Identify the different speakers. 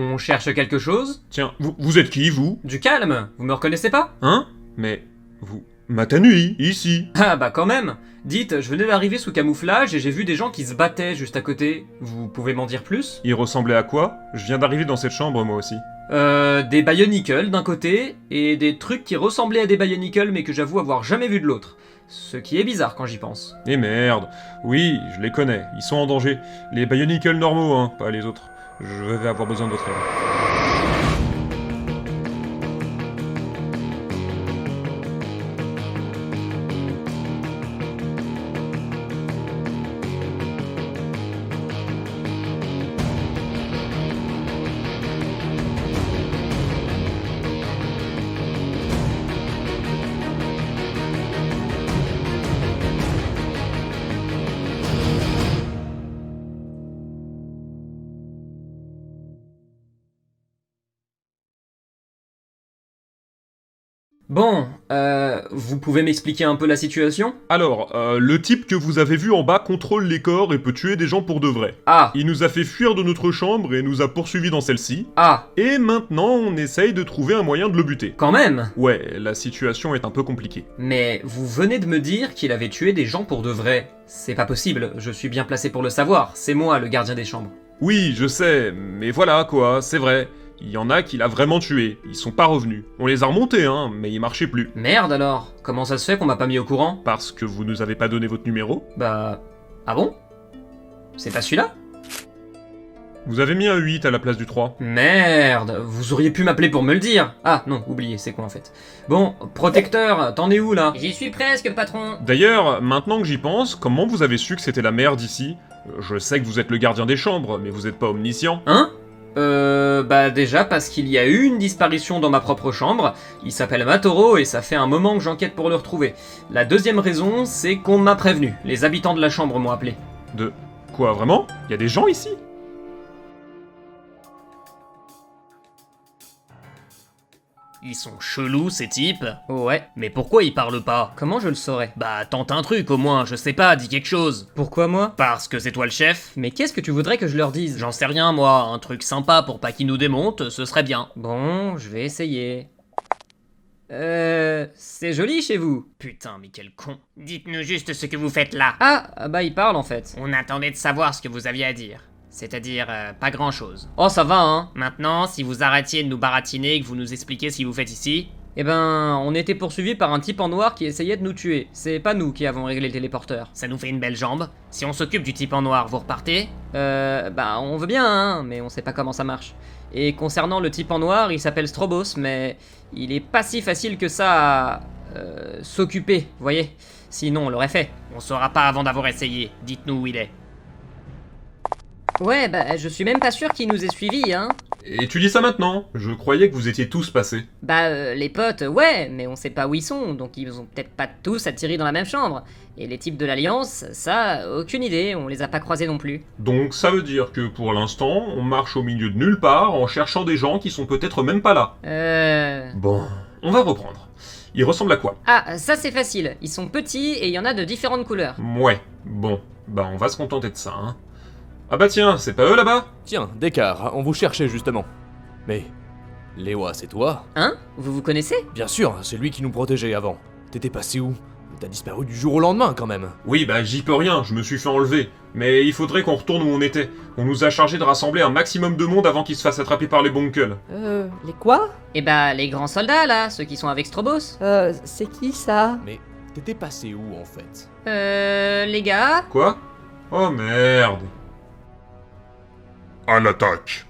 Speaker 1: On cherche quelque chose
Speaker 2: Tiens, vous, vous êtes qui, vous
Speaker 1: Du calme Vous me reconnaissez pas
Speaker 2: Hein Mais vous. Matanui, ici
Speaker 1: Ah bah quand même Dites, je venais d'arriver sous camouflage et j'ai vu des gens qui se battaient juste à côté. Vous pouvez m'en dire plus
Speaker 2: Il ressemblait à quoi Je viens d'arriver dans cette chambre, moi aussi.
Speaker 1: Euh, des Bionicle d'un côté et des trucs qui ressemblaient à des Bionicle mais que j'avoue avoir jamais vu de l'autre. Ce qui est bizarre quand j'y pense.
Speaker 2: Et Eh merde Oui, je les connais, ils sont en danger. Les Bionicles normaux, hein, pas les autres. Je vais avoir besoin de votre aide.
Speaker 1: Bon, euh, vous pouvez m'expliquer un peu la situation
Speaker 2: Alors, euh, le type que vous avez vu en bas contrôle les corps et peut tuer des gens pour de vrai.
Speaker 1: Ah,
Speaker 2: Il nous a fait fuir de notre chambre et nous a poursuivis dans celle-ci.
Speaker 1: ah,
Speaker 2: Et maintenant, on essaye de trouver un moyen de le buter.
Speaker 1: quand même
Speaker 2: Ouais, la situation est un peu compliquée.
Speaker 1: Mais vous venez de me dire qu'il avait tué des gens pour de vrai. C'est pas possible, je suis bien placé pour le savoir, c'est moi le gardien des chambres.
Speaker 2: Oui, je sais, mais voilà quoi, c'est vrai. Il y en a qu'il a vraiment tué, ils sont pas revenus. On les a remontés, hein, mais ils marchaient plus.
Speaker 1: Merde alors Comment ça se fait qu'on m'a pas mis au courant
Speaker 2: Parce que vous nous avez pas donné votre numéro
Speaker 1: Bah... Ah bon C'est pas celui-là
Speaker 2: Vous avez mis un 8 à la place du 3.
Speaker 1: Merde, vous auriez pu m'appeler pour me le dire. Ah non, oubliez, c'est quoi en fait Bon, protecteur, t'en es où là
Speaker 3: J'y suis presque, patron.
Speaker 2: D'ailleurs, maintenant que j'y pense, comment vous avez su que c'était la merde ici Euh, Je sais que vous êtes le gardien des chambres, mais vous êtes pas omniscient.
Speaker 1: Hein Euh bah déjà parce qu'il y a eu une disparition dans ma propre chambre, il s'appelle Matoro et ça fait un moment que j'enquête pour le retrouver. La deuxième raison, c'est qu'on m'a prévenu, les habitants de la chambre m'ont appelé.
Speaker 2: De... Quoi, vraiment Il y a des gens ici
Speaker 4: Ils sont chelous ces types.
Speaker 3: Ouais, oh,
Speaker 4: Mais pourquoi ils parlent pas
Speaker 3: comment je le saurais
Speaker 4: Bah tente un truc au moins, je sais pas, dis quelque chose.
Speaker 3: Pourquoi moi Bah,
Speaker 4: Parce que c'est toi le chef
Speaker 3: Mais qu'est-ce que tu voudrais que je leur dise
Speaker 4: J'en sais rien moi, un truc sympa pour pas qu'ils nous démontent, ce serait bien.
Speaker 3: Bon, je vais essayer. Euh... C'est joli chez vous
Speaker 4: Putain, mais quel con.
Speaker 5: Dites-nous juste ce que vous faites là.
Speaker 3: Ah, ah bah il parle en fait.
Speaker 5: On attendait de savoir ce que vous aviez à dire. C'est-à-dire, euh, pas grand-chose.
Speaker 3: Oh ça va hein
Speaker 5: Maintenant, si vous arrêtiez de nous baratiner et que vous nous expliquez ce que vous faites ici,
Speaker 3: Eh ben, on était poursuivis par un type en noir qui essayait de nous tuer. C'est pas nous qui avons réglé le téléporteur.
Speaker 5: ça nous fait une belle jambe. Si on s'occupe du type en noir, vous repartez
Speaker 3: Euh... Bah on veut bien hein, mais on sait pas comment ça marche. Et concernant le type en noir, il s'appelle Strobos, mais... Il est pas si facile que ça à... euh, s'occuper, vous voyez Sinon on l'aurait fait.
Speaker 5: On saura pas avant d'avoir essayé. Dites-nous où il est.
Speaker 3: Ouais, bah je suis même pas sûr qu'il nous ait suivis, hein.
Speaker 2: Et tu dis ça maintenant Je croyais que vous étiez tous passés.
Speaker 3: Bah euh, les potes, ouais, mais on sait pas où ils sont, donc ils ont peut-être pas tous attirés dans la même chambre. Et les types de l'Alliance, ça, aucune idée, on les a pas croisés non plus.
Speaker 2: Donc ça veut dire que pour l'instant, on marche au milieu de nulle part en cherchant des gens qui sont peut-être même pas là.
Speaker 3: Euh...
Speaker 2: Bon, on va reprendre. Ils ressemblent à quoi
Speaker 3: Ah, ça c'est facile, ils sont petits et il y en a de différentes couleurs.
Speaker 2: Ouais, bon, bah on va se contenter de ça, hein. Ah bah tiens, c'est pas eux là-bas
Speaker 6: Tiens, Descartes, on vous cherchait justement. Mais. Léoa, c'est toi
Speaker 3: Hein Vous vous connaissez
Speaker 6: Bien sûr, c'est lui qui nous protégeait avant. T'étais passé où T'as disparu du jour au lendemain quand même.
Speaker 2: Oui, bah j'y peux rien, je me suis fait enlever. Mais il faudrait qu'on retourne où on était. On nous a chargé de rassembler un maximum de monde avant qu'ils se fassent attraper par les Bonkels.
Speaker 7: Euh, les quoi
Speaker 3: Eh bah les grands soldats là, ceux qui sont avec Strobos.
Speaker 7: Euh, c'est qui ça
Speaker 6: Mais t'étais passé où en fait
Speaker 3: Euh... les gars
Speaker 2: Quoi Oh merde
Speaker 8: À l'attaque